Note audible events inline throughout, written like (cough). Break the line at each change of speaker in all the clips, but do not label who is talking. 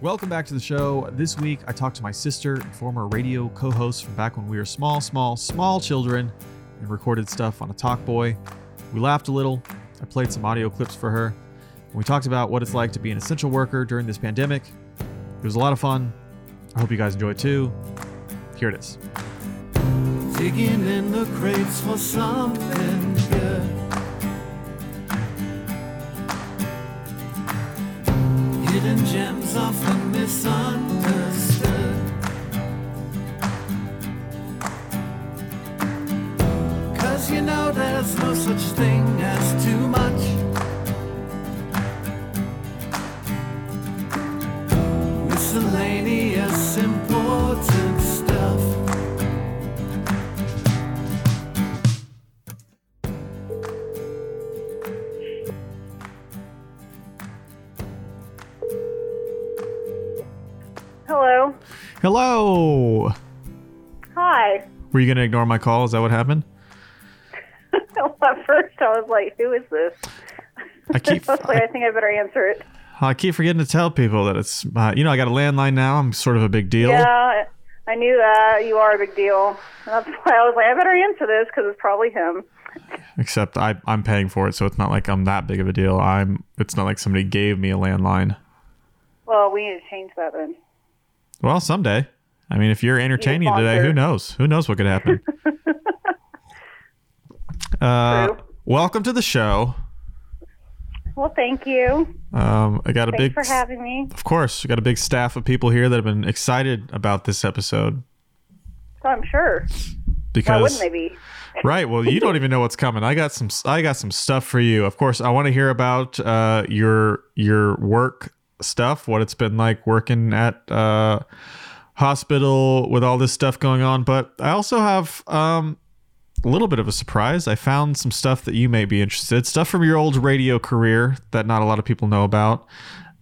Welcome back to the show. This week, I talked to my sister and former radio co host from back when we were small, small, small children and recorded stuff on a Talk Boy. We laughed a little. I played some audio clips for her. And we talked about what it's like to be an essential worker during this pandemic. It was a lot of fun. I hope you guys enjoy too. Here it is.
Digging in the crates for something good. Hidden gems often misunderstood. Cause you know there's no such thing as too much. Miscellaneous important stuff.
Hello.
Hello.
Hi. (laughs)
Were you going to ignore my call? Is that what happened?
At first, I was like, "Who is this?"
I
(laughs)
keep
I was like, I think I better answer it.
I keep forgetting to tell people that it's uh, you know I got a landline now. I'm sort of a big deal.
Yeah, I- I knew that you are a big deal. And that's (laughs) why I was like, I better answer this because it's probably him.
Except I I'm paying for it, so it's not like I'm that big of a deal. I'm it's not like somebody gave me a landline.
Well, we need to change that then.
Well, someday. I mean, if you're entertaining today, who
sponsor.
knows? Who knows what could
(laughs)
happen? uh,
True.
welcome to the show.
Well, thank you.
Um, I got a big,
Thanks for having me.
of course, we got a big staff of people here that have been excited about this episode
So Oh, I'm sure. Why
because
wouldn't they be?
Right. Well, you don't even know what's coming. I got some. I got some stuff for you. Of course, I want to hear about uh, your your work stuff. What it's been like working at uh, hospital with all this stuff going on. But I also have um, a little bit of a surprise. I found some stuff that you may be interested. Stuff from your old radio career that not a lot of people know about.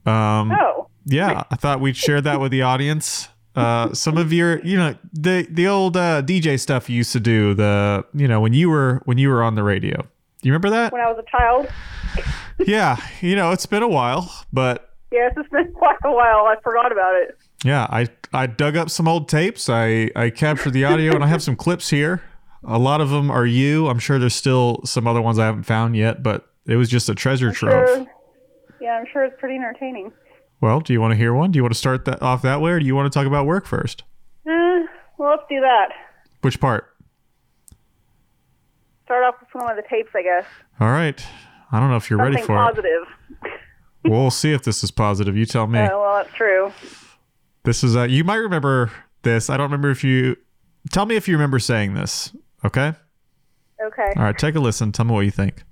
Um,
No.
yeah, I thought we'd share that with the audience. Uh, some of your, you know, the the old uh, DJ stuff you used to do. The you know when you were when you were on the radio. You remember that?
When I was a child.
Yeah, you know it's been a while, but
Yes, (laughs) it's been quite a while. I forgot about it.
yeah, I I dug up some old tapes. I I captured the audio and I have some clips here. A lot of them are you. I'm sure there's still some other ones I haven't found yet, but it was just a treasure trove.
Sure. Yeah, I'm sure it's pretty entertaining.
Well, do you want to hear one? Do you want to start that off that way, or do you want to talk about work first?
Eh, well, let's do that.
Which part?
Start off with one of the tapes, I guess.
All right. I don't know if you're
Something
ready for it.
positive.
We'll see if this is positive. You tell me.
Oh, well, that's true.
This is uh you might remember this. I don't remember if you tell me if you remember saying this. Okay?
Okay.
All right, take a listen. Tell me what you think.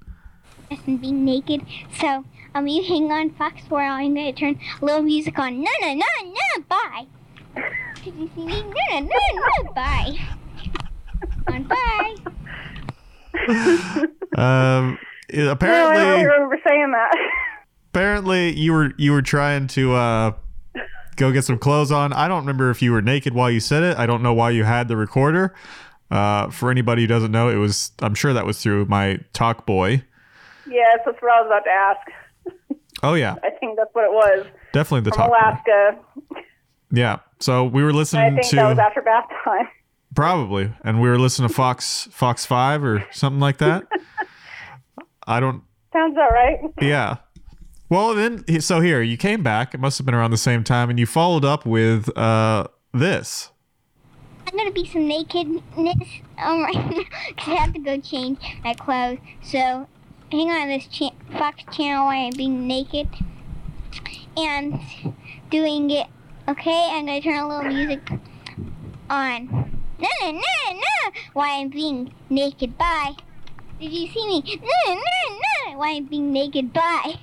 and be naked. So, um, you hang on Fox 4, I'm gonna turn a little music on. No, no, no, no, bye. Did you see me? No, no, no, no, bye. On, bye.
Um it-
No, I
apparently
don't really remember saying that. (laughs)
apparently you were you were trying to uh go get some clothes on. I don't remember if you were naked while you said it. I don't know why you had the recorder. Uh, for anybody who doesn't know, it was I'm sure that was through my talk boy.
yes, that's what I was about to ask.
Oh yeah,
I think that's what it was.
definitely the talk
From
boy.
Alaska.
Yeah. So we were listening
I think
to
that was after bath time. (laughs)
Probably. And we were listening to Fox Fox Five or something like that. I don't
Sounds about right.
yeah. Well then so here, you came back, it must have been around the same time, and you followed up with uh this.
I'm gonna be some nakedness um, (laughs) right now because I have to go change my clothes. So, hang on this cha- Fox channel while I'm being naked and doing it. Okay, I'm gonna turn a little music on. No, no, no, no! While I'm being naked, bye. Did you see me? No, no, no! While I'm being naked, bye.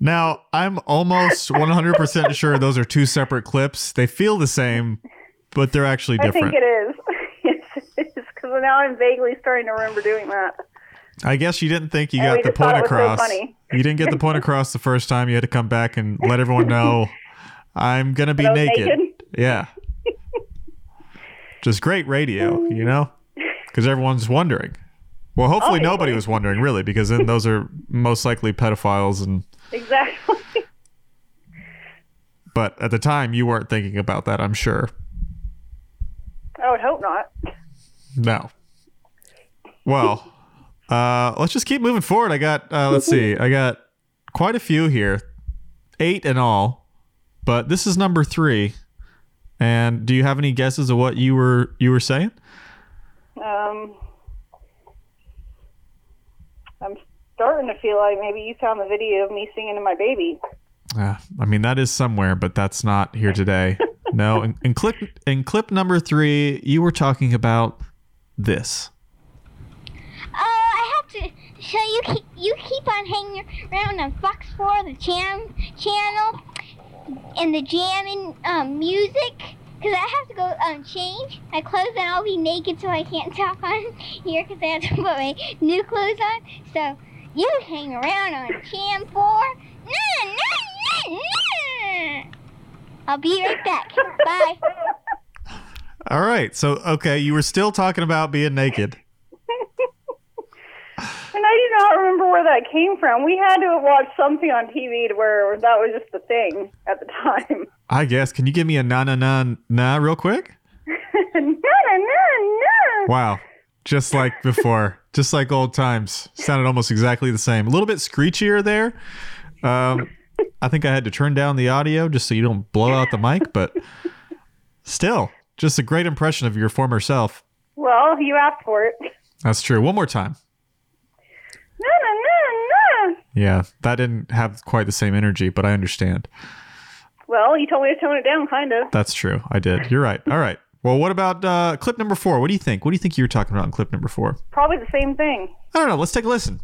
Now, I'm almost 100% sure those are two separate clips. They feel the same, but they're actually
I think
different.
it is. (laughs) yes, it is. Because now I'm vaguely starting to remember doing that.
I guess you didn't think you
And
got
we
the
just thought
point
it was so
across.
funny.
You didn't get the
(laughs)
point across the first time. You had to come back and let everyone know I'm gonna be
I was
naked.
naked?
Yeah. Just great radio, you
(laughs)
know, because everyone's wondering. Well, hopefully nobody
Obviously.
was wondering really, because then those are most likely pedophiles and
Exactly. (laughs)
But at the time, you weren't thinking about that, I'm sure.
I would hope not.
No. Well, uh, let's just keep moving forward. I got, uh, let's see, I got quite a few here, eight in all, but this is number three. And do you have any guesses of what you were you were saying?
Um, I'm starting to feel like maybe you found the video of me singing to my baby.
Uh, I mean, that is somewhere, but that's not here today. no, in, in clip in clip number three, you were talking about this.
Oh, I have to. So you keep you keep on hanging around on Fox Four, the Jam channel, and the jamming um, music. Cause I have to go um, change my clothes and I'll be naked, so I can't (laughs) talk on here. Cause I have to put my new clothes on. So you hang around on Jam Four. Nah, nah, nah, nah. I'll be right back. Bye.
All right, so okay, you were still talking about being naked.
And I do not remember where that came from. We had to have watched something on TV to where that was just the thing at the time. (laughs)
I guess. Can you give me a na na na na real quick?
no, no, no, no.
Wow. Just like before, just like old times. Sounded almost exactly the same. A little bit screechier there. Um, I think I had to turn down the audio just so you don't blow out the mic, but still, just a great impression of your former self.
Well, you asked for it. No,
That's true. One more time.
no, no, no.
Yeah, that didn't have quite the same energy, but I understand.
Well, you told me to tone it down, kind of.
That's true. I did. You're right. All right. Well, what about uh, clip number four? What do you think? What do you think you were talking about in clip number four?
Probably the same thing.
I don't know. Let's take a listen.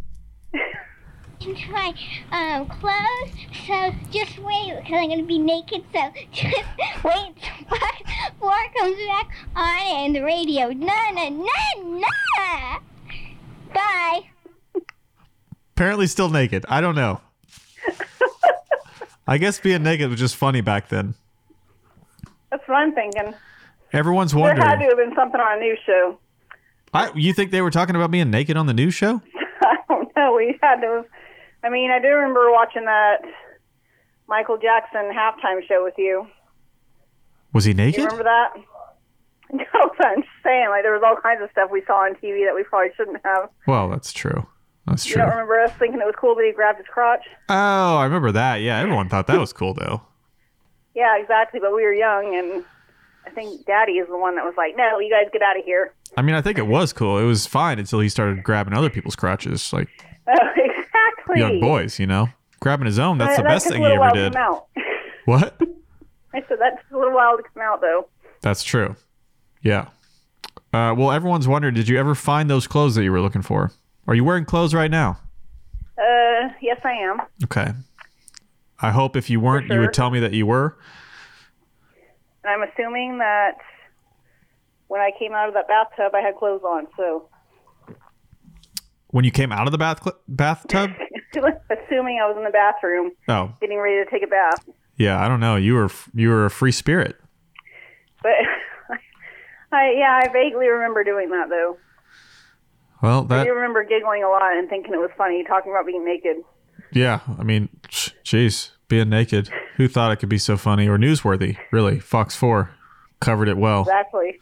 into my um, clothes, so just wait because I'm gonna be naked. So (laughs) just wait till Fox Four comes back on and the radio. No, no, no, no. Bye.
Apparently, still naked. I don't know. I guess being naked was just funny back then.
That's what I'm thinking.
Everyone's
There had to
wondering.
have been something on a news show. (laughs)
I, you think they were talking about being naked on the news show?
I don't know. We had to. have- I mean, I do remember watching that Michael Jackson halftime show with you.
Was he
You
naked?
remember that? (laughs) No, but I'm saying like there was all kinds of stuff we saw on TV that we probably shouldn't have.
Well, that's true. That's
You
true.
don't remember us thinking it was cool that he grabbed his crotch?
Oh, I remember that. Yeah, everyone thought that was cool though.
Yeah, exactly. But we were young, and I think Daddy is the one that was like, "No, you guys get out of here." (laughs)
I mean, I think it was cool. It was fine until he started grabbing other people's crotches, like
Oh, exactly. Uh,
young boys. You know, grabbing his own. That's
That-
the
that
best
took
thing
a
he
little
ever
while to
did.
come out. (laughs)
What?
I said that took a little while to come out, though.
That's true. Yeah. Uh, well, everyone's wondering, did you ever find those clothes that you were looking for? Are you wearing clothes right now?
Uh, yes, I am.
Okay. I hope if you weren't, you
sure.
would tell me that you were.
And I'm assuming that when I came out of that bathtub, I had clothes on. So, (laughs)
When you came out of the bath bathtub?
assuming I was in the bathroom
Oh,
getting ready to take a bath,
yeah. I don't know. You were you were a free spirit.
but (laughs) I yeah, I vaguely remember doing that though.
Well,
I
that
do remember giggling a lot and thinking it was funny talking about being naked.
yeah. I mean, jeez, being naked. Who thought it could be so funny or newsworthy? Really, Fox Four covered it well.
Exactly.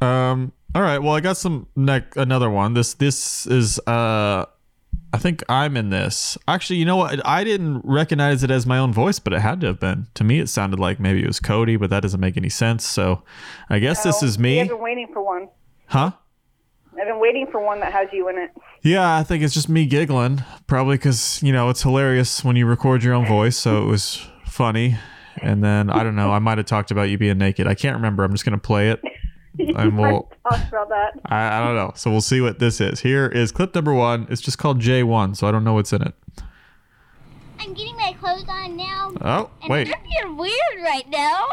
Um. All right. Well, I got some neck another one. This this is uh, I think I'm in this. Actually, you know what? I didn't recognize it as my own voice, but it had to have been. To me, it sounded like maybe it was Cody, but that doesn't make any sense. So, I guess this
Oh,
is
yeah,
me,
I've been waiting for one.
huh?
I've been waiting for one that has you in it. (laughs)
Yeah, I think it's just me giggling, probably because you know it's hilarious when you record your own voice. So it was funny, and then I don't know. I might have talked about you being naked. I can't remember. I'm just gonna play it, and we'll.
Talk about that.
I, I don't know. So we'll see what this is. Here is clip number one. It's just called J1, so I don't know what's in it.
I'm getting my clothes on now.
Oh,
And
wait.
I'm being weird right now,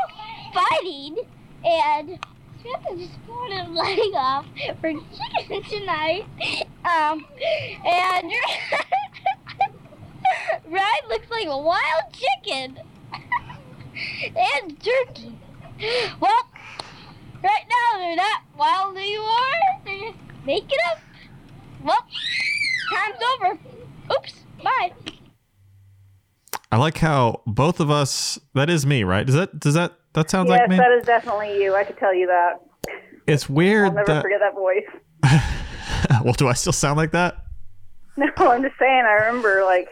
fighting, and Samantha just pulled her leg off for chicken tonight. Um, and (laughs) Ryan looks like a wild chicken (laughs) and turkey. Well, right now they're not wild anymore. They're just making up. Well, time's over. Oops. Bye.
I like how both of us that is me, right? Does that does that that sounds
yes,
like me?
that is definitely you. I could tell you that.
it's weird
I'll never
that
forget that voice.
(laughs)
(laughs)
well, do I still sound like that?
No, I'm just saying. I remember like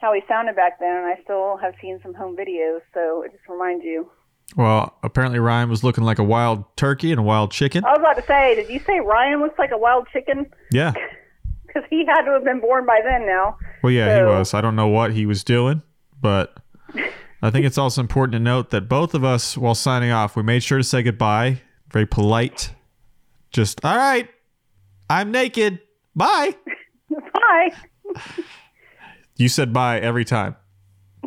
how he sounded back then, and I still have seen some home videos, so it just reminds you.
Well, apparently Ryan was looking like a wild turkey and a wild chicken.
I was about to say, did you say Ryan looks like a wild chicken?
Yeah.
Because he had to have been born by then. Now,
Well, yeah, he
So-
was. I don't know what he was doing, but I think it's also important to note that both of us, while signing off, we made sure to say goodbye. Very polite. Just, all right, I'm naked. Bye.
(laughs) hi.
You said bye every time.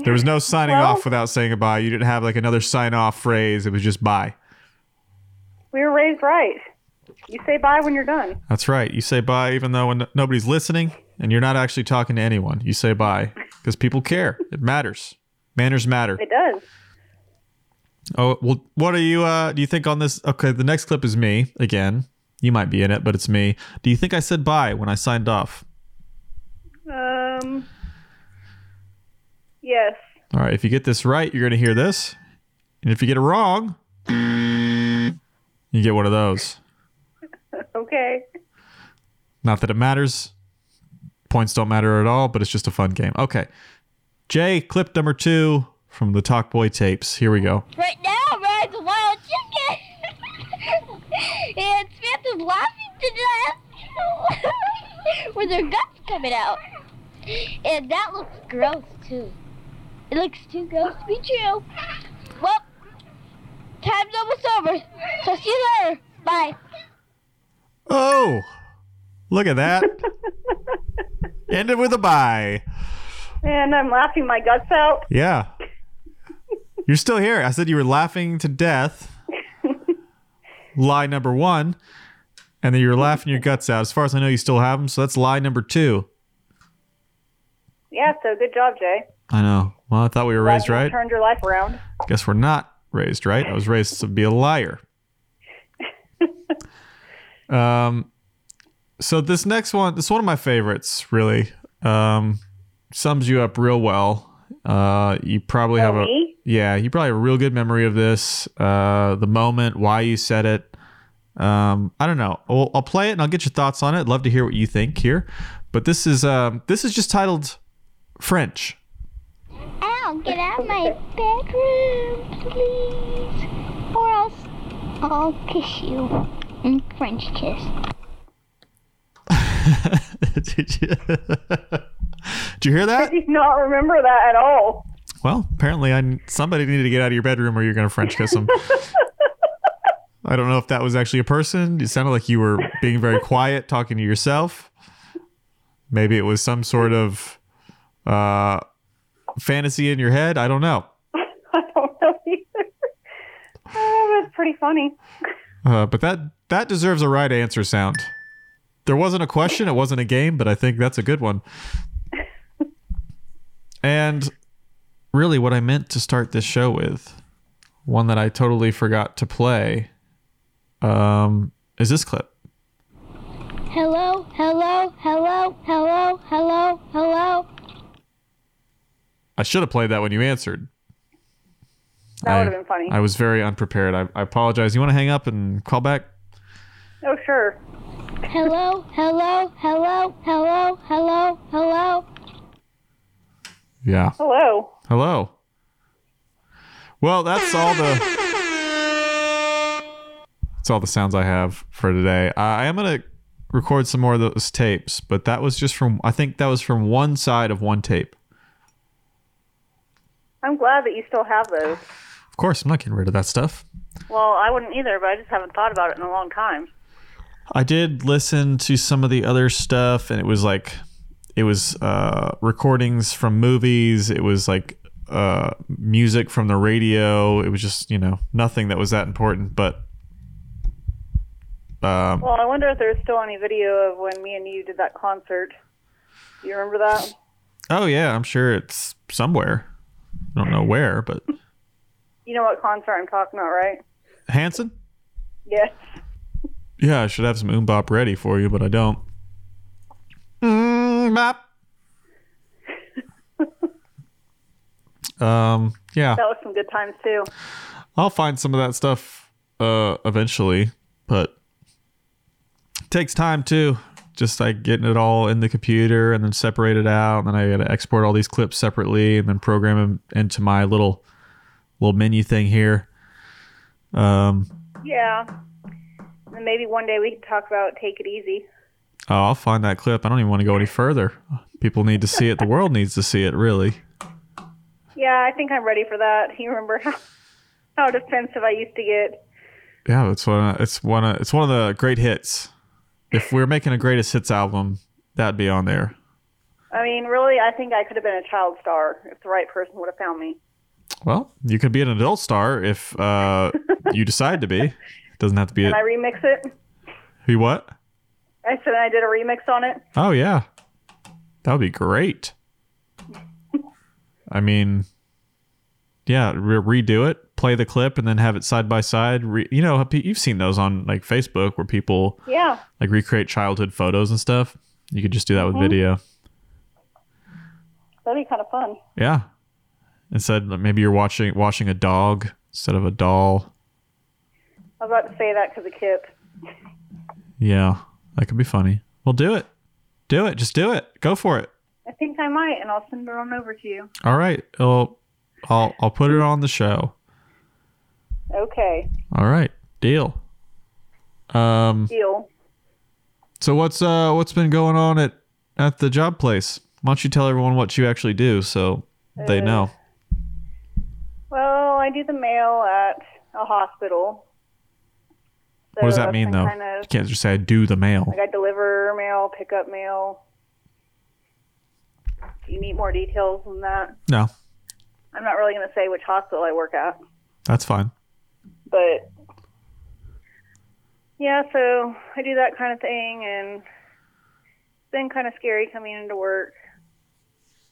There was no signing
Well-
off without saying goodbye. You didn't have like another sign off phrase. It was just bye.
We were raised right. You say bye when you're done.
That's right. You say bye even though when nobody's listening and you're not actually talking to anyone. You say bye because people care. It matters. Manners matter.
It does.
Oh, well, what are you uh do you think on this Okay, the next clip is me again. You might be in it, but it's me. Do you think I said bye when I signed off?
Um. Yes.
All right, if you get this right, you're going to hear this. And if you get it wrong, you get one of those.
Okay.
Not that it matters. Points don't matter at all, but it's just a fun game. Okay. Jay, clip number 2 from the Talk Boy tapes. Here we go.
Right now, Ryan's a wild chicken. (laughs) and Samantha's laughing to death (laughs) with her guts coming out. And that looks gross, too. It looks too gross to be true. Well, time's almost over. So see you later. Bye.
Oh, look at that. Ended with a bye.
And I'm laughing my guts out.
Yeah. You're still here. I said you were laughing to death. lie number one. And then you were laughing your guts out. As far as I know, you still have them. So that's lie number two.
Yeah. So good job, Jay.
I know. Well, I thought we were raised
You
right.
Turned your life around. (laughs)
Guess we're not raised right. I was raised to be a liar. um, so this next one, this is one of my favorites, really. Um, sums you up real well. Uh, you probably have a
me?
yeah, you probably have a real good memory of this. Uh, the moment, why you said it. Um, I don't know. I'll, I'll play it and I'll get your thoughts on it. I'd love to hear what you think here. But this is um, this is just titled French.
Ow, get out of my bedroom, please. Or else I'll kiss you. Mm, French kiss.
Did you, Did you hear that?
Do not remember that at all. (laughs)
Well, apparently, I somebody needed to get out of your bedroom, or you're going to French kiss them. I don't know if that was actually a person. It sounded like you were being very quiet, talking to yourself. Maybe it was some sort of uh, fantasy in your head. I don't know.
I don't know either. (laughs) Oh, that's pretty funny.
Uh, but that that deserves a right answer sound. There wasn't a question, it wasn't a game, but I think that's a good one. And really, what I meant to start this show with, one that I totally forgot to play, um, is this clip.
Hello, hello, hello, hello, hello, hello.
I should have played that when you answered.
That
I-
would have been funny.
I was very unprepared. I, I apologize. You want to hang up and call back?
oh, sure.
Hello, hello, hello, hello, hello, hello.
Yeah.
Hello.
Hello. Well, that's all the That's all the sounds I have for today. I I am gonna record some more of those tapes, but that was just from I think that was from one side of one tape.
I'm glad that you still have those.
Of course, I'm not getting rid of that stuff.
Well, I wouldn't either, but I just haven't thought about it in a long time.
I did listen to some of the other stuff, and it was like it was uh, recordings from movies. It was like uh, music from the radio. It was just you know nothing that was that important, but. Um,
Well, I wonder if there's still any video of when me and you did that concert. Do you remember that?
Oh yeah, I'm sure it's somewhere. I don't know where, but
You know what concert I'm talking about, right?
Hanson.
Yes.
Yeah, I should have some oombop ready for you, but I don't. Oombop. (laughs) Um, yeah,
(laughs) That was some good times too.
I'll find some of that stuff uh, eventually, but it takes time too. Just like getting it all in the computer and then separate it out, and then I got to export all these clips separately and then program them into my little little menu thing here. Um,
Yeah. And maybe one day we could talk about take it easy.
oh, I'll find that clip. I don't even want to go any further. People need to see it. The world needs to see it, really.
Yeah, I think I'm ready for that. You remember (laughs) how, how defensive I used to get?
Yeah, it's one. Of, it's one. Of, it's one of the great hits. If we're making a greatest hits album, that'd be on there.
I mean, really, I think I could have been a child star if the right person would have found me.
Well, you could be an adult star if uh, you decide to be. It doesn't have to be.
Can I
A,
remix it?
you what?
I said I did a remix on it.
Oh yeah, that would be great. I mean, yeah, re- redo it, play the clip, and then have it side by side. Re- you know, you've seen those on like Facebook where people
Yeah.
like recreate childhood photos and stuff. You could just do that with video.
That'd be kind of fun.
Yeah. Instead, like, maybe you're watching watching a dog instead of a doll.
I was about to say that because of Kip.
Yeah, that could be funny. Well, do it. Do it. Just do it. Go for it.
I think I might, and I'll send it on over to you.
All right. I'll I'll, I'll put it on the show.
Okay.
All right. Deal. Um.
Deal.
So what's uh what's been going on at at the job place? Why don't you tell everyone what you actually do so
Uh,
they know?
Well, I do the mail at a hospital. So
What does that
that's
mean
been
though?
Kind of,
you can't just say I do the mail.
like I deliver mail, pick up mail. Do you need more details than that?
No,
I'm not really going to say which hospital I work at,
that's fine.
but yeah, so I do that kind of thing, and it's been kind of scary coming into work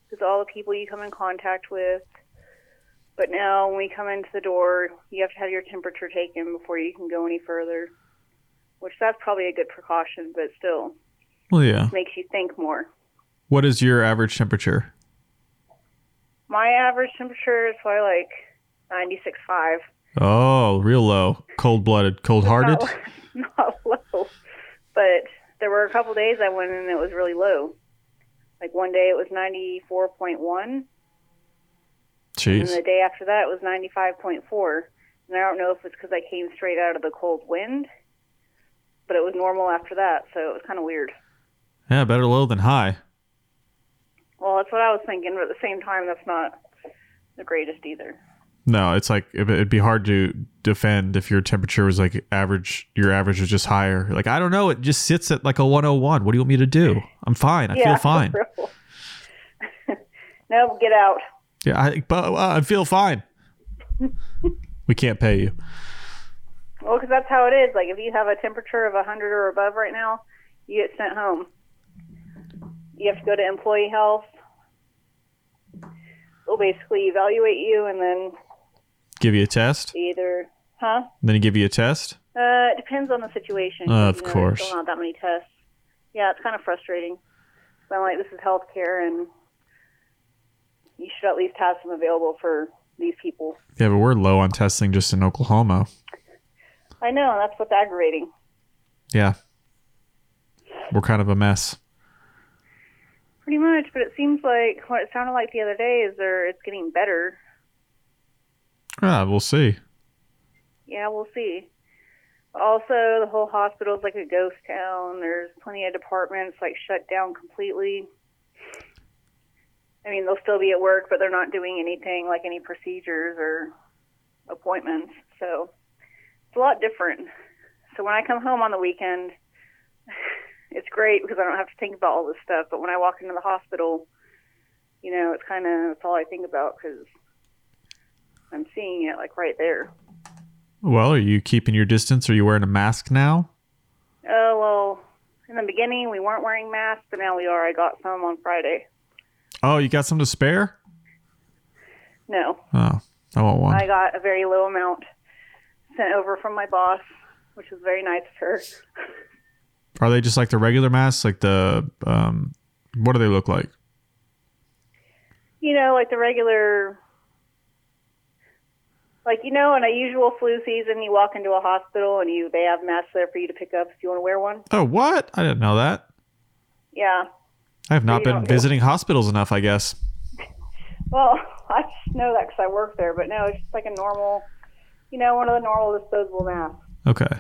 because all the people you come in contact with. But now, when we come into the door, you have to have your temperature taken before you can go any further, which that's probably a good precaution, but still
Well, yeah.
makes you think more.
What is your average temperature?
My average temperature is probably like 96.5.
Oh, real low. Cold blooded, cold hearted.
(laughs) Not, not low. But there were a couple days I went in and it was really low. Like one day it was 94.1, and (laughs)
Jeez.
the day after that it was 95.4. And I don't know if it's because I came straight out of the cold wind, but it was normal after that, so it was kind of weird.
Yeah, better low than high.
Well, that's what I was thinking, but at the same time, that's not the greatest either.
No, it's like it- it'd be hard to defend if your temperature was like average. Your average was just higher. Like I don't know, it just sits at like a 101. What do you want me to do? I'm fine. I feel
yeah, (laughs)
fine.
for real. no, get out.
Yeah, I, but uh, I feel
(laughs)
fine. we can't pay you.
Well, because that's how it is. Like, if you have a temperature of 100 or above right now, you get sent home. You have to go to employee health. They'll basically evaluate you and then
Give you a test.
either, huh?
Then they give you a test.
Uh, it depends on the situation.
Uh, of
You know, there's
course.
Still not that many tests. Yeah, it's kind of frustrating. But I'm like, this is healthcare, and you should at least have some available for these people.
Yeah, but we're low on testing just in Oklahoma.
I know, and that's what's aggravating.
Yeah, we're kind of a mess.
Pretty much, but it seems like what it sounded like the other day is there it's getting better.
Ah, we'll see.
Yeah, we'll see. Also, the whole hospital's like a ghost town. There's plenty of departments like shut down completely. I mean, they'll still be at work, but they're not doing anything like any procedures or appointments. So it's a lot different. So when I come home on the weekend, (laughs) it's great because I don't have to think about all this stuff. But when I walk into the hospital, you know, it's kind of it's all I think about because I'm seeing it like right there.
Well, are you keeping your distance? Are you wearing a mask now?
Oh well, in the beginning we weren't wearing masks, but now we are. I got some on Friday.
Oh, you got some to spare?
No,
Oh, I want one.
I got a very low amount sent over from my boss, which was very nice of her.
Are they just like the regular masks? Like the um, what do they look like?
You know, like the regular Like you know, in a usual flu season, you walk into a hospital and you they have masks there for you to pick up if you want to wear one.
Oh, what? I didn't know that.
Yeah.
I have not
you
been
don't-
visiting hospitals enough, I guess.
Well, (laughs) I just know that because I work there, but no, it's just like a normal, you know, one of the normal disposable masks.
Okay.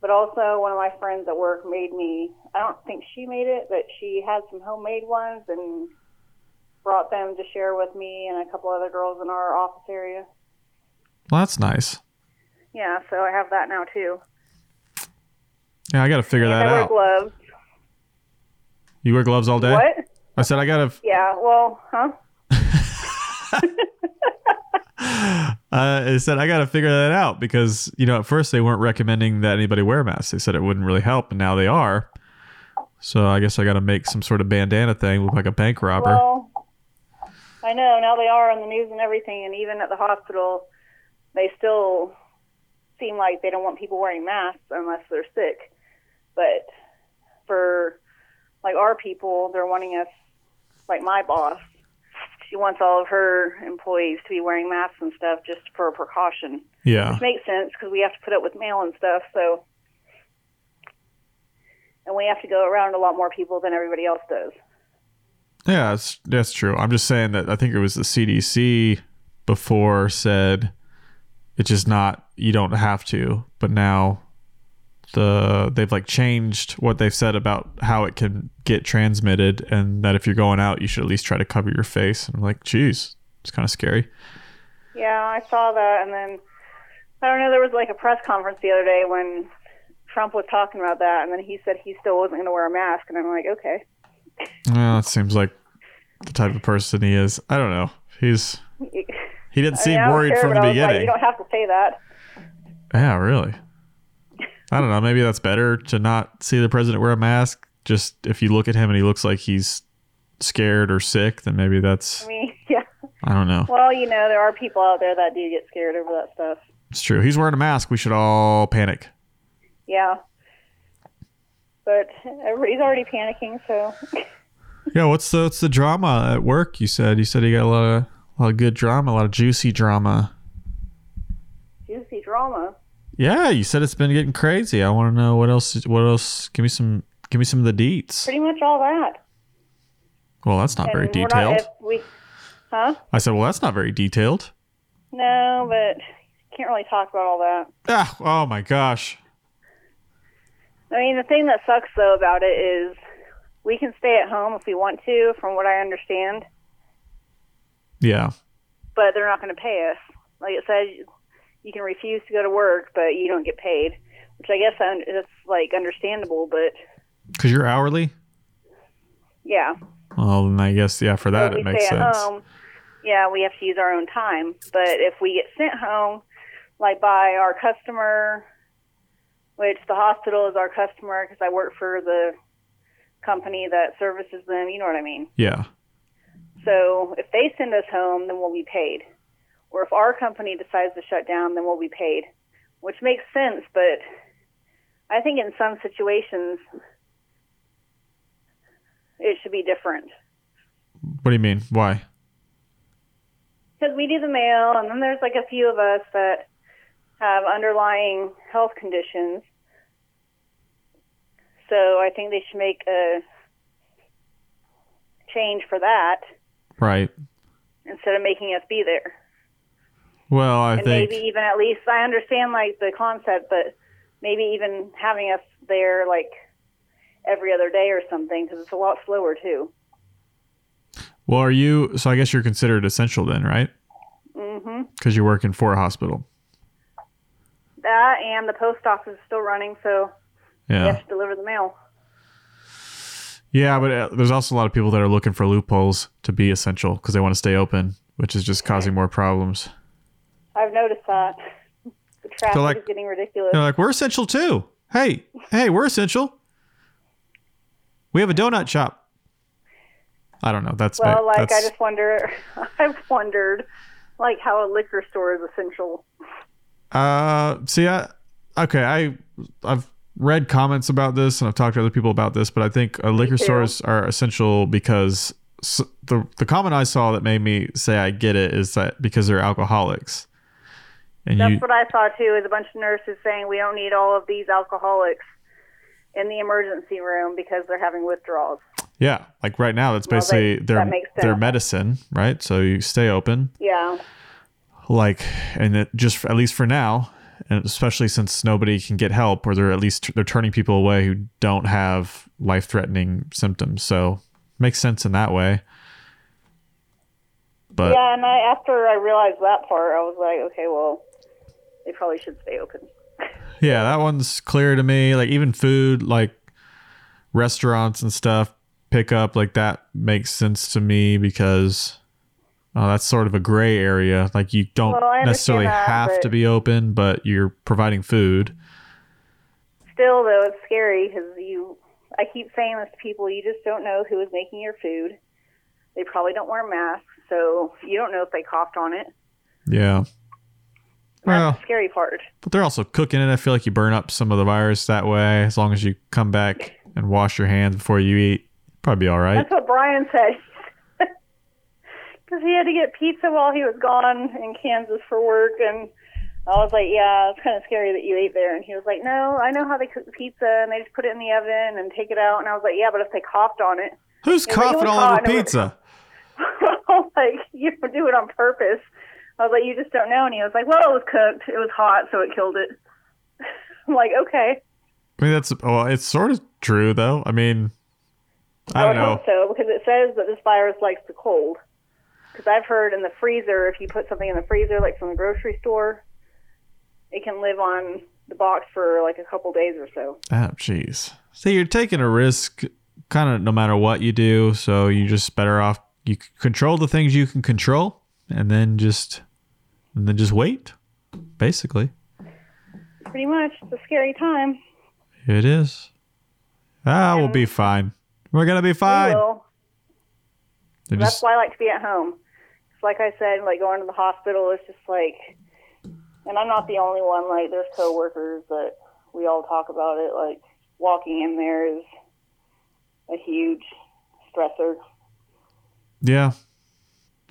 But also, one of my friends at work made me. I don't think she made it, but she had some homemade ones and brought them to share with me and a couple other girls in our office area.
Well, that's nice.
Yeah, so I have that now too.
Yeah, I got to figure that
I wear
out.
gloves.
You wear gloves all day?
What?
I said I got to
Yeah. Well, huh?
uh, I said I got to figure that out because, you know, at first they weren't recommending that anybody wear masks. They said it wouldn't really help, and now they are. So I guess I got to make some sort of bandana thing look like a bank robber.
Well, I know now they are on the news and everything, and even at the hospital, they still seem like they don't want people wearing masks unless they're sick. But for like our people, they're wanting us, like my boss, she wants all of her employees to be wearing masks and stuff just for precaution.
yeah.
Makes sense because we have to put up with mail and stuff, so. And we have to go around a lot more people than everybody else does.
Yeah, that's, that's true. I'm just saying that I think it was the CDC before said it's just not you don't have to, but now the they've like changed what they've said about how it can get transmitted and that if you're going out you should at least try to cover your face. And I'm like, geez, it's kind of scary.
Yeah, I saw that, and then I don't know. There was like a press conference the other day when Trump was talking about that, and then he said he still wasn't going to wear a mask, and I'm like, okay, (laughs)
Well, that seems like the type of person he is. I don't know. He's he didn't seem
I don't
worried
care,
from
but
the
I was like,
beginning.
you don't have to say that.
Yeah, really. I don't know. Maybe that's better to not see the president wear a mask. Just if you look at him and he looks like he's scared or sick, then maybe that's
I mean, (laughs) yeah.
I don't know.
Well, you know, there are people out there that do get scared over that stuff.
It's true. He's wearing a mask. We should all panic.
Yeah. But everybody's already panicking, so (laughs)
Yeah, what's the what's the drama at work? You said you said you got a lot of a lot of good drama, a lot of juicy drama.
juicy drama.
Yeah, you said it's been getting crazy. I want to know what else. What else? Give me some. Give me some of the deets.
Pretty much all that.
Well, that's not
And
very
we're
detailed.
Not, if we, huh?
I said, well, that's not very detailed.
No, but can't really talk about all that.
Ah, oh my gosh.
I mean, the thing that sucks though about it is we can stay at home if we want to, from what I understand,
Yeah.
but they're not going to pay us. Like it says, you can refuse to go to work, but you don't get paid, which I guess I un- that's like understandable, but
Because you're hourly?
yeah.
Well, then I guess, yeah, for that,
But
it
we
makes
stay at
sense.
home, yeah, we have to use our own time. But if we get sent home, like by our customer, which the hospital is our customer because I work for the company that services them, you know what I mean?
Yeah.
So if they send us home, then we'll be paid. Or if our company decides to shut down, then we'll be paid, which makes sense. But I think in some situations, it should be different.
What do you mean? Why?
Because we do the mail, and then there's like a few of us that have underlying health conditions. So I think they should make a change for that
Right.
instead of making us be there.
Well, I
and
think.
maybe even at least I understand like the concept, but maybe even having us there like every other day or something because it's a lot slower too.
Well, are you. So I guess you're considered essential then, right?
hmm
Because you're working for a hospital.
That and the post office is still running, so
Yeah.
you
Yeah,
have to deliver the mail.
but uh, there's also a lot of people that are looking for loopholes to be essential because they want to stay open, which is just causing more problems.
I've noticed that (laughs) the traffic
like-
is getting ridiculous.
They're like, we're essential too. Hey, hey, we're essential. We have a donut shop. I don't know. That's
well, like I
that's-
just wonder, (laughs) I've wondered like how a liquor store is essential.
Uh, see, I okay, I I've read comments about this and I've talked to other people about this, but I think uh, liquor
too.
stores are essential because s the the comment I saw that made me say I get it is that because they're alcoholics. And
That's
you,
what I saw too. Is a bunch of nurses saying we don't need all of these alcoholics in the emergency room because they're having withdrawals.
yeah, like right now, that's
Well,
basically
that-
their
that makes
their
sense.
medicine, right? So you stay open,
Yeah,
like, and it just at least for now, and especially since nobody can get help, or they're at least they're turning people away who don't have life threatening symptoms. So makes sense in that way. But
yeah. And I, after I realized that part, I was like, okay, well, they probably should stay open.
Yeah, that one's clear to me. Like even food, like restaurants and stuff, pick up like that makes sense to me because uh, that's sort of a gray area. Like you don't
Well, I understand
necessarily
that,
have
but-
to be open, but you're providing food.
Still, though, it's scary because you. I keep saying this to people. You just don't know who is making your food. They probably don't wear masks, so you don't know if they coughed on it.
Yeah,
That's
Well.
the scary part.
but they're also cooking it. I feel like you burn up some of the virus that way. As long as you come back and wash your hands before you eat, probably be all right.
That's what Brian said. (laughs) Because he had to get pizza while he was gone in Kansas for work, and I was like, "Yeah, it's kind of scary that you ate there." And he was like, "No, I know how they cook pizza, and they just put it in the oven and take it out." And I was like, "Yeah, but if they coughed on it, (laughs)
Who's
Yeah, but you
coughing
were
all over
caught.
pizza?
like you don't do it on purpose." I was like, "You just don't know." And he was like, "Well, it was cooked. It was hot, so it killed it." (laughs) I'm like, "Okay."
I mean, that's well, it's sort of true though. I mean, I don't
would
know.
hope so because it says that this virus likes the cold. Because I've heard in the freezer, if you put something in the freezer, like from the grocery store, it can live on the box for like a couple days or so.
Oh, jeez. See, you're taking a risk, kind of no matter what you do. So you just better off you c- control the things you can control, and then just and then just wait. Basically,
Pretty much, it's a scary time.
it is. Ah, we'll be fine. We're gonna be
We
fine.
will.
They
That's
just-
why I like to be at home. 'Cause like I said, like going to the hospital is just like, and I'm not the only one. Like there's coworkers that we all talk about it. Like walking in there is a huge stressor.
yeah,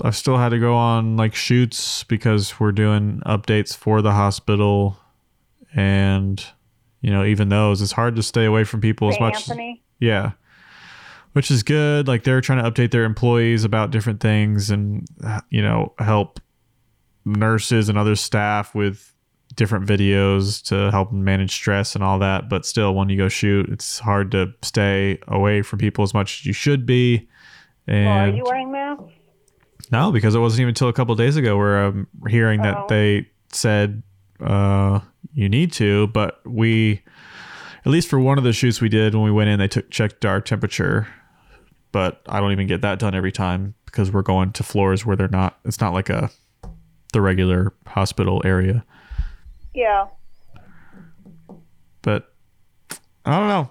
I've still had to go on like shoots because we're doing updates for the hospital, and you know even those it's hard to stay away from people as
Hey,
much. as-
Anthony.
Yeah. Which is good. Like they're trying to update their employees about different things and, uh, you know, help nurses and other staff with different videos to help them manage stress and all that. But still, when you go shoot, it's hard to stay away from people as much as you should be.
Well, are
And
you wearing masks?
no, because it wasn't even until a couple of days ago where I'm hearing
Oh.
that they said uh, you need to, but we, at least for one of the shoots we did when we went in, they took checked our temperature, but I don't even get that done every time because we're going to floors where they're not. It's not like a the regular hospital area,
Yeah.
but I don't know.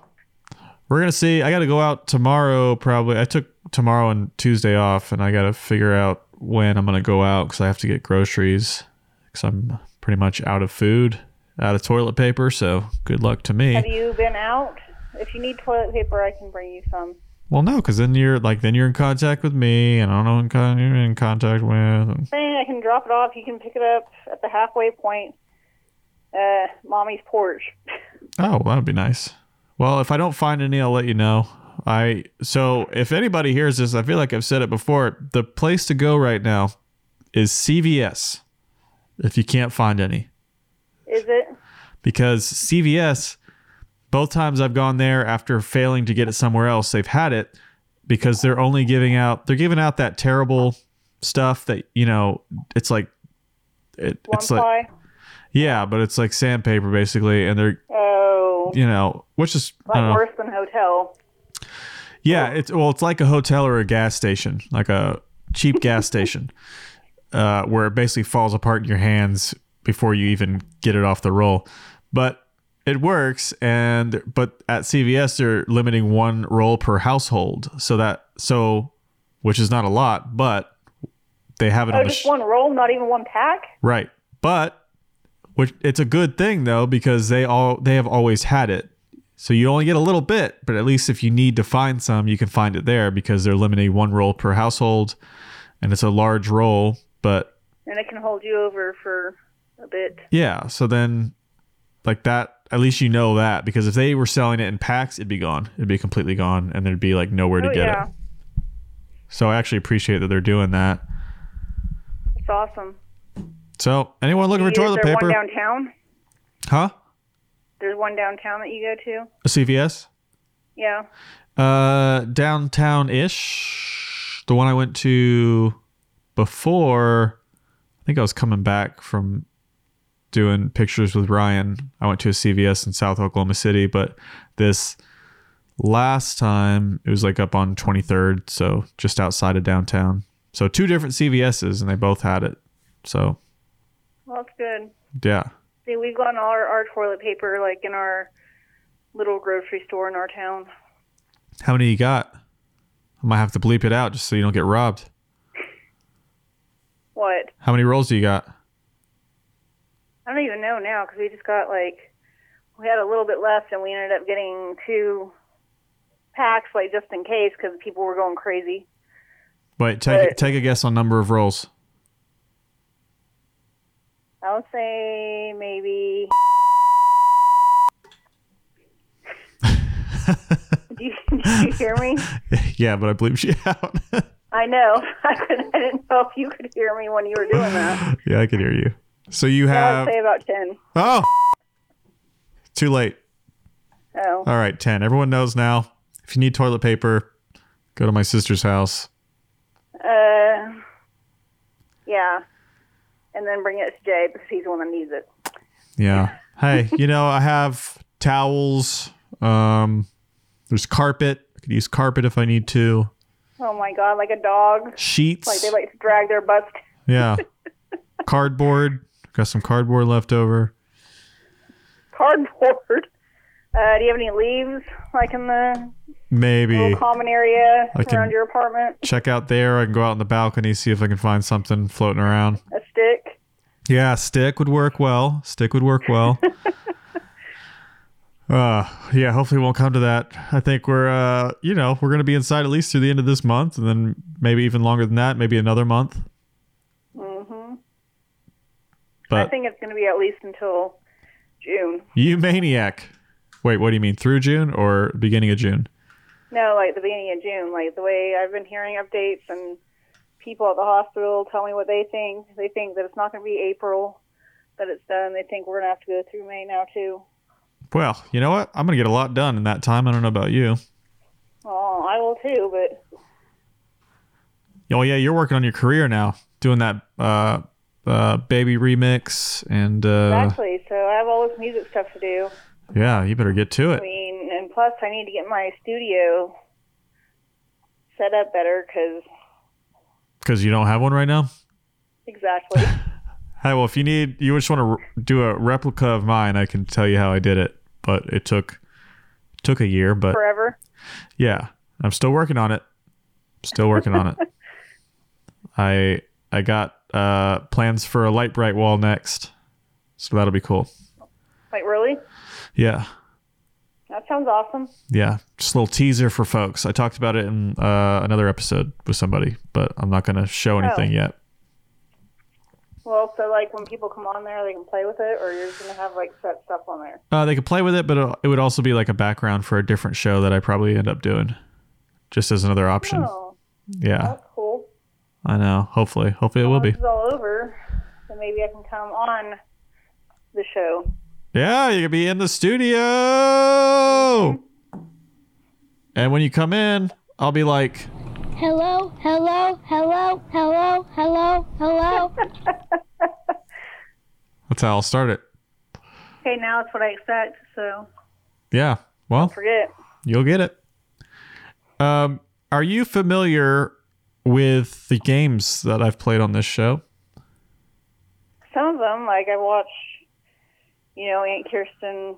We're gonna see. I got to go out tomorrow. Probably I took tomorrow and Tuesday off, and I got to figure out when I'm gonna go out because I have to get groceries because I'm pretty much out of food, out of toilet paper. So good luck to me.
Have you been out? If you need toilet paper, I can bring you some.
well, no, because then you're like then you're in contact with me, and I don't know who con- you're in contact with.
Hey, I can drop it off. You can pick it up at the halfway point, uh, mommy's porch.
Oh, that would be nice. Well, if I don't find any, I'll let you know. I so if anybody hears this, I feel like I've said it before. The place to go right now is CVS. If you can't find any,
Is it?
because CVS, both times I've gone there after failing to get it somewhere else, they've had it because they're only giving out they're giving out that terrible stuff that you know it's like it,
One
it's like
ply?
yeah, but it's like sandpaper basically, and they're
oh,
you know which is I
like
don't know.
worse than hotel.
Yeah,
Oh.
it's well, it's like a hotel or a gas station, like a cheap
(laughs)
gas station, uh, where it basically falls apart in your hands before you even get it off the roll. But it works, and but at CVS they're limiting one roll per household, so that so, which is not a lot, but they have it
Oh,
on the
just
sh-
one roll, not even one pack?
Right. But which it's a good thing though because they all they have always had it. So you only get a little bit, but at least if you need to find some, you can find it there because they're limiting one roll per household and it's a large roll, but
And it can hold you over for a bit.
Yeah. So then, like that, at least you know that because if they were selling it in packs, it'd be gone. It'd be completely gone, and there'd be like nowhere to
Oh,
get
yeah.
it. So I actually appreciate that they're doing that.
It's awesome.
So anyone looking for
Is
toilet
there one
paper?
downtown?
Huh?
There's one downtown that you go to?
A CVS?
Yeah.
Uh, downtown ish. The one I went to before, I think I was coming back from doing pictures with Ryan. I went to a CVS in South Oklahoma City, but this last time it was like up on 23rd, so just outside of downtown. So two different CVSs, and they both had it. So
Well, it's good.
yeah,
See, we've gotten all our, our toilet paper like in our little grocery store in our town.
how many you got? I might have to bleep it out just so you don't get robbed.
What?
How many rolls do you got?
I don't even know now because we just got like we had a little bit left and we ended up getting two packs like just in case because people were going crazy.
Wait, take
But-
take a guess on number of rolls.
I would say maybe. do, you, (laughs) do you hear me?
yeah, but I bleeped you (laughs) out.
I know. (laughs) I, couldn't, I didn't know if you could hear me when you were doing that.
yeah, I can hear you. So you
I
have
would say about ten.
oh, too late.
Oh,
All right, ten. Everyone knows now. If you need toilet paper, go to my sister's house.
uh, yeah. And then bring it to Jay because he's the one that needs it. (laughs)
Yeah. Hey, you know I have towels. Um, there's carpet. I could use carpet if I need to.
Oh my god, like a dog.
Sheets.
Like (laughs) they like to (laughs) drag their butts.
yeah. cardboard. Got some cardboard left over.
Cardboard. Uh, do you have any leaves like in the
Maybe.
little common area
I can-
around your apartment?
check out there. I can go out on the balcony, see if I can find something floating around.
A stick?
Yeah, stick would work well. Stick would work
(laughs)
well. uh, yeah, hopefully it won't come to that. I think we're, uh, you know, we're going to be inside at least through the end of this month and then maybe even longer than that, maybe another month.
hmm I
But
think it's going to be at least until June.
you maniac. Wait, what do you mean? Through June or beginning of June?
No, like the beginning of June. Like the way I've been hearing updates and people at the hospital tell me what they think. They think that it's not going to be April that it's done. They think we're going to have to go through May now too.
Well, you know what? I'm going to get a lot done in that time. I don't know about you.
Oh, I will too, but
Oh yeah, you're working on your career now, doing that uh, uh, baby remix, and uh,
exactly. so I have all this music stuff to do.
yeah, you better get to
I
it.
mean, and plus I need to get my studio set up better because
Because you don't have one right now.
exactly.
Hey, well, if you need, you just want to r- do a replica of mine, I can tell you how I did it, but it took took a year. But
Forever.
yeah, I'm still working on it. Still working on it. I I got uh, plans for a light bright wall next, so that'll be cool.
Like really?
Yeah.
That sounds awesome.
yeah just a little teaser for folks i talked about it in uh, another episode with somebody but i'm not going to show anything yet
Well, so like when people come on there, they can play with it, or you're just gonna have like set stuff on there.
uh, they could play with it but it'll- it would also be like a background for a different show that i probably end up doing just as another option
Oh,
yeah
that's cool.
i know hopefully hopefully it will
Once
be
This is all over, then maybe I can come on the show.
yeah you could be in the studio and when you come in i'll be like
Hello, hello, hello, hello, hello, hello.
that's how i'll start it
Okay, now it's what I expect. So
yeah well
forget.
You'll get it. Um, are you familiar with the games that I've played on this show?
Some of them, like I watch, you know, Aunt Kirsten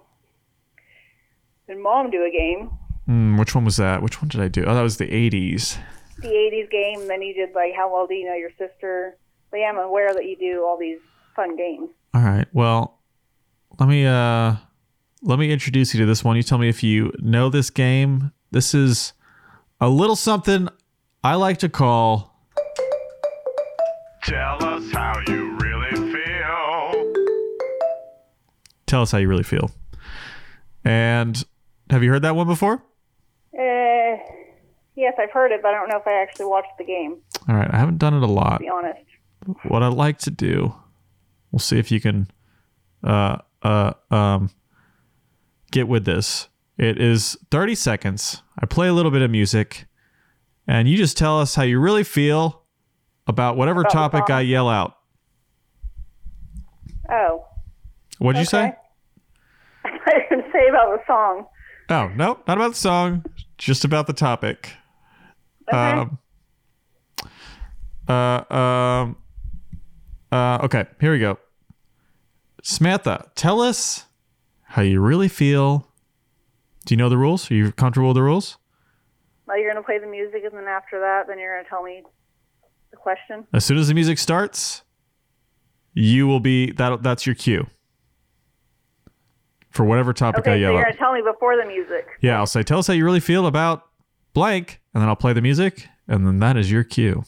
and Mom do a game,
Hmm, which one was that? Which one did I do? Oh, that was the 80s.
the '80s game. Then you did like How Well Do You Know Your Sister? But yeah, I'm aware that you do all these fun games.
All right. Well, let me uh let me introduce you to this one. You tell me if you know this game. This is a little something I like to call
Tell us how you really feel.
Tell us how you really feel. And have you heard that one before?
Uh, yes, I've heard it, but I don't know if I actually watched the game. To
All right, I haven't done it a lot.
be honest.
What I'd like to do, we'll see if you can uh, uh, um, get with this. It is 30 seconds. I play a little bit of music, and you just tell us how you really feel about whatever
About the
topic
song.
I yell out.
Oh, (laughs)
What'd you say?
Okay. I didn't say about the song.
Oh, no, not about the song, just about the topic.
Okay.
Um, uh, um, uh, okay, here we go. Samantha, tell us how you really feel. Do you know the rules? Are you comfortable with the rules?
Well, you're gonna play the music, and then after that, then you're gonna tell me the question.
As soon as the music starts, you will be that. That's your cue for whatever topic I
Okay, so
yell
you're
at.
gonna tell me before the music.
Yeah, I'll say, tell us how you really feel about blank, and then I'll play the music, and then that is your cue.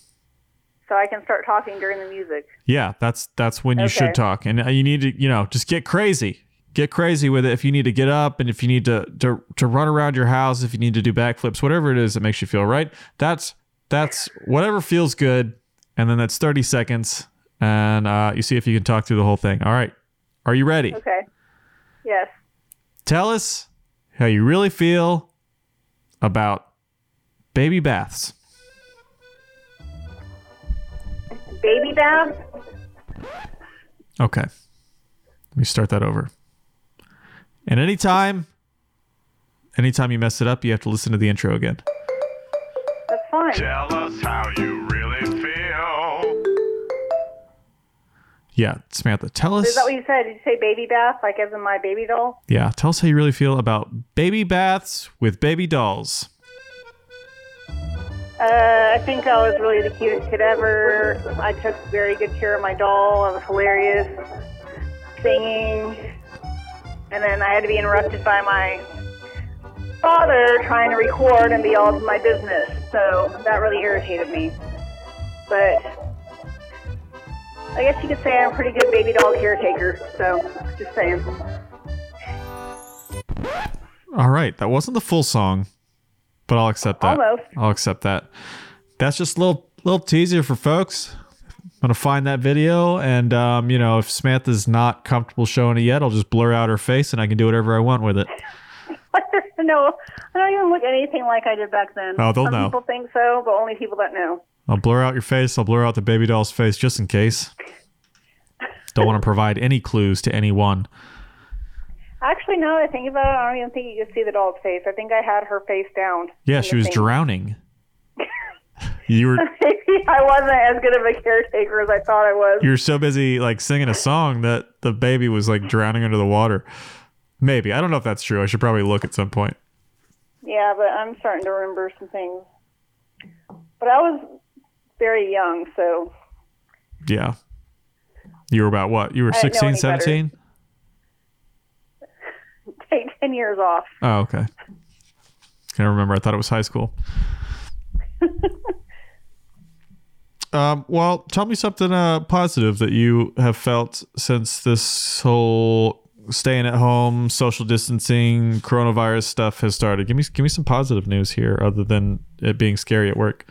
So I can start talking during the music.
Yeah, that's that's when you
Okay.
should talk, and uh, you need to, you know, just get crazy, get crazy with it. If you need to get up, and if you need to to, to run around your house, if you need to do backflips, whatever it is that makes you feel right, that's that's whatever feels good, and then that's thirty seconds, and uh, you see if you can talk through the whole thing. All right, are you ready?
Okay. Yes.
Tell us how you really feel about baby baths.
Baby bath.
Okay. Let me start that over. And anytime, anytime you mess it up, you have to listen to the intro again.
That's fine.
Tell us how you really feel.
Yeah, Samantha, tell us.
Is that what you said? Did you say baby bath, like as in my baby doll?
yeah, tell us how you really feel about baby baths with baby dolls.
Uh, I think I was really the cutest kid ever. I took very good care of my doll. I was hilarious, singing, and then I had to be interrupted by my father trying to record and be all of my business. So that really irritated me. But I guess you could say I'm a pretty good baby doll caretaker. So just saying.
All right, that wasn't the full song, but I'll accept that.
Almost.
I'll accept that. That's just a little little teaser for folks. I'm gonna find that video, and um, you know, if Samantha's not comfortable showing it yet, I'll just blur out her face, and I can do whatever I want with it.
(laughs) no, I don't even look anything like I did back then.
Oh, they'll
Some
know.
people think so, but only people that know.
I'll blur out your face. I'll blur out the baby doll's face just in case. Don't want to provide any clues to anyone.
Actually, now that I think about it, I don't even think you could see the doll's face. I think I had her face down. (laughs)
Yeah,
in
she
the
was
thing.
drowning. You were
Maybe I wasn't as good of a caretaker as I thought I was.
you were so busy like singing a song that the baby was like drowning under the water. Maybe I don't know if that's true. I should probably look at some point.
Yeah, but I'm starting to remember some things. But I was very young, so (laughs)
Yeah. You were about what? You were
I didn't
16,
know any better.
17?
take 10 years off.
Oh, okay. Can't remember. I thought it was high school. (laughs) um, well, tell me something uh, positive that you have felt since this whole staying at home, social distancing, coronavirus stuff has started. Give me give me some positive news here, other than it being scary at work.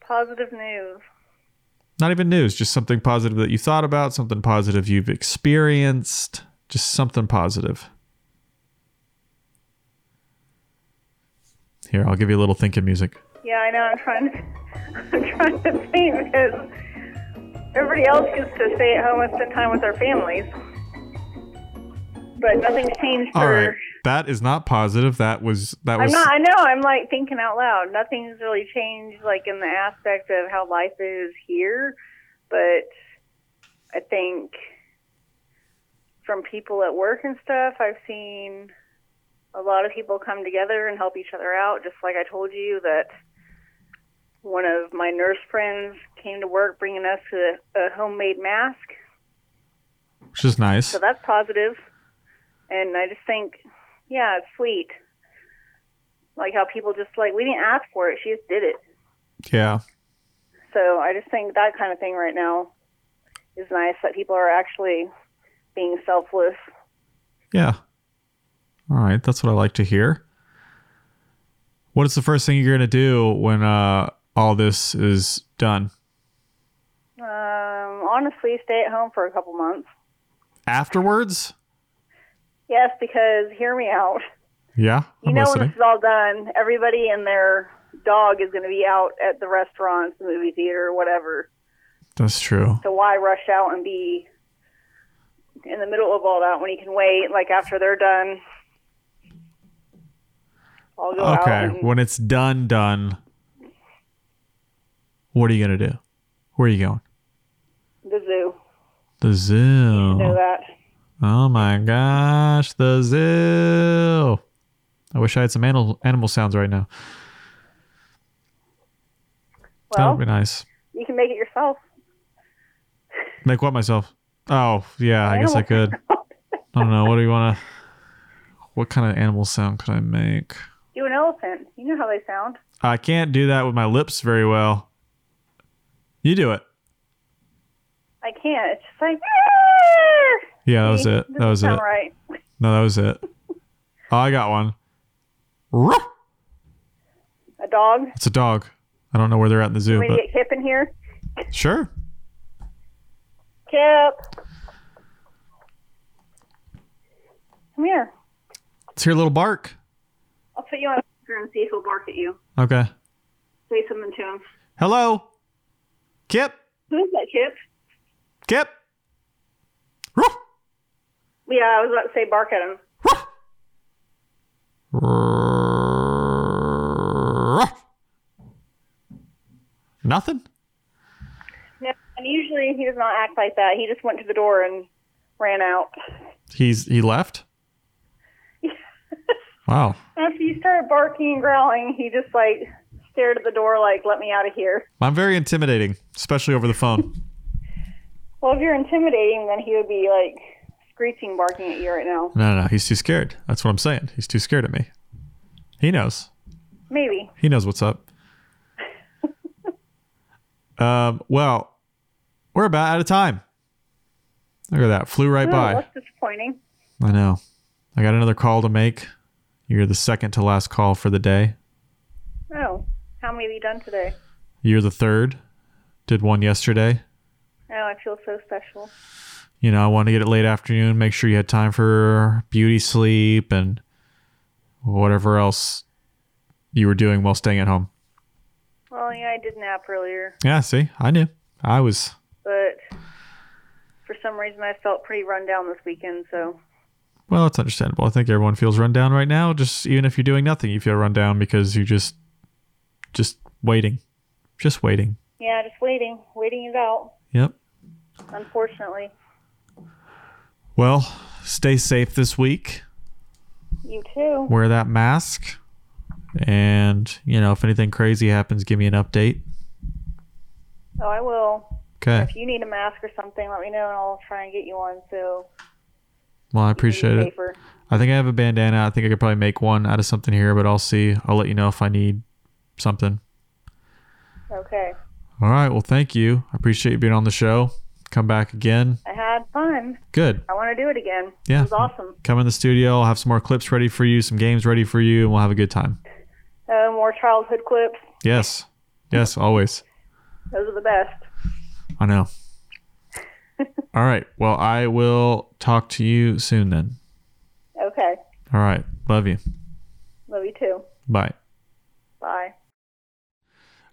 Positive news.
Not even news, just something positive that you thought about, something positive you've experienced, just something positive. Here, I'll give you a little thinking music.
Yeah, I know. I'm trying to, (laughs) I'm trying to think because everybody else gets to stay at home and spend time with their families. But nothing's changed
All
for
right. That is not positive. That was that
I'm
was
not. I know. I'm like thinking out loud. Nothing's really changed, like in the aspect of how life is here. But I think from people at work and stuff, I've seen a lot of people come together and help each other out. Just like I told you that one of my nurse friends came to work bringing us a, a homemade mask.
which is nice.
So that's positive. And I just think, yeah, it's sweet. Like how people just like, we didn't ask for it. She just did it.
Yeah.
So I just think that kind of thing right now is nice that people are actually being selfless
Yeah. All right, that's what I like to hear. What is the first thing you're going to do when uh, all this is done?
Um, honestly, stay at home for a couple months.
Afterwards?
Yes, because hear me out.
Yeah,
You
I'm
know when
listening.
this is all done, everybody and their dog is going to be out at the restaurants, the movie theater, whatever.
That's true.
So why rush out and be in the middle of all that when you can wait? Like after they're done, I'll go out.
Okay,
and-
when it's done, done, what are you going to do? Where are you going?
the zoo.
The
Know
zoo.
that.
Oh my gosh, the zoo. I wish I had some animal, animal sounds right now. that
Well,
would be nice.
you can make it yourself.
Make what myself? Oh, yeah, I guess I
Animal
could. I don't know. What do you want to. What kind of animal sound could I make?
Do an elephant. You know how they sound.
I can't do that with my lips very well. You do it.
I can't. It's just like. "Ah!"
Yeah, that was
See?
it.
Doesn't
That was
sound
it.
Right.
No, that was it. Oh, I got one. Ruff!
A dog.
It's a dog. I don't know where they're at in the zoo,
We
but
get Kip in here.
sure.
Kip. Come here.
Let's hear a little bark.
I'll put you on speaker and see if he'll bark at you.
Okay.
Say something to him.
Hello, Kip.
Who is that, Kip?
Kip. Ruff!
Yeah, I was about to say bark at him.
Ruff! Ruff! Nothing.
No, and usually he does not act like that. He just went to the door and ran out.
He's he left. Wow.
After you started barking and growling, he just like stared at the door like, let me out of here.
I'm very intimidating, especially over the phone.
Well, if you're intimidating, then he would be like screeching, barking at you right now.
No, no, no. He's too scared. That's what I'm saying. He's too scared of me. He knows.
Maybe.
He knows what's up. um, well, we're about out of time. Look at that. Flew right
Oh,
by.
that's disappointing.
I know. I got another call to make. You're the second to last call for the day.
Oh, how many have you done today?
You're the third. Did one yesterday.
Oh, I feel so special.
You know, I wanted to get it late afternoon, make sure you had time for beauty sleep and whatever else you were doing while staying at home.
Well, yeah, I did nap earlier,
Yeah, see, I knew. I was.
but for some reason I felt pretty run down this weekend, so
Well, it's understandable. I think everyone feels run down right now. Just even if you're doing nothing, you feel run down because you're just, just waiting, just waiting.
yeah, just waiting, waiting it out,
Yep.
unfortunately.
Well, stay safe this week.
You too.
Wear that mask, and you know if anything crazy happens, give me an update.
Oh, I will.
Okay.
If you need a mask or something, let me know and I'll try and get you one. So
Well, I appreciate it.
safer.
I think I have a bandana. I think I could probably make one out of something here, but I'll see. I'll let you know if I need something.
Okay,
All right. Well, thank you. I appreciate you being on the show. Come back again.
I had fun.
Good.
I want to do it again.
Yeah.
it was awesome.
Come in the studio. I'll have some more clips ready for you, some games ready for you, and we'll have a good time.
Uh, more childhood clips.
Yes. Yes, always.
Those are the best.
I know. All right. Well, I will talk to you soon then.
Okay,
All right. Love you.
love you too.
Bye.
Bye.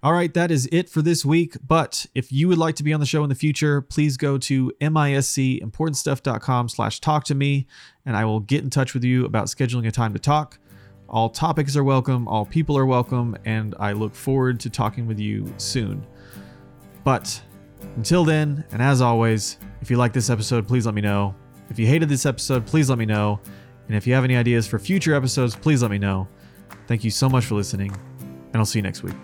All right, that is it for this week. But if you would like to be on the show in the future, please go to miscimportantstuff.com slash talk to me, and I will get in touch with you about scheduling a time to talk. All topics are welcome, all people are welcome, and I look forward to talking with you soon. But until then, and as always, if you like this episode, please let me know. If you hated this episode, please let me know. And if you have any ideas for future episodes, please let me know. Thank you so much for listening, and I'll see you next week.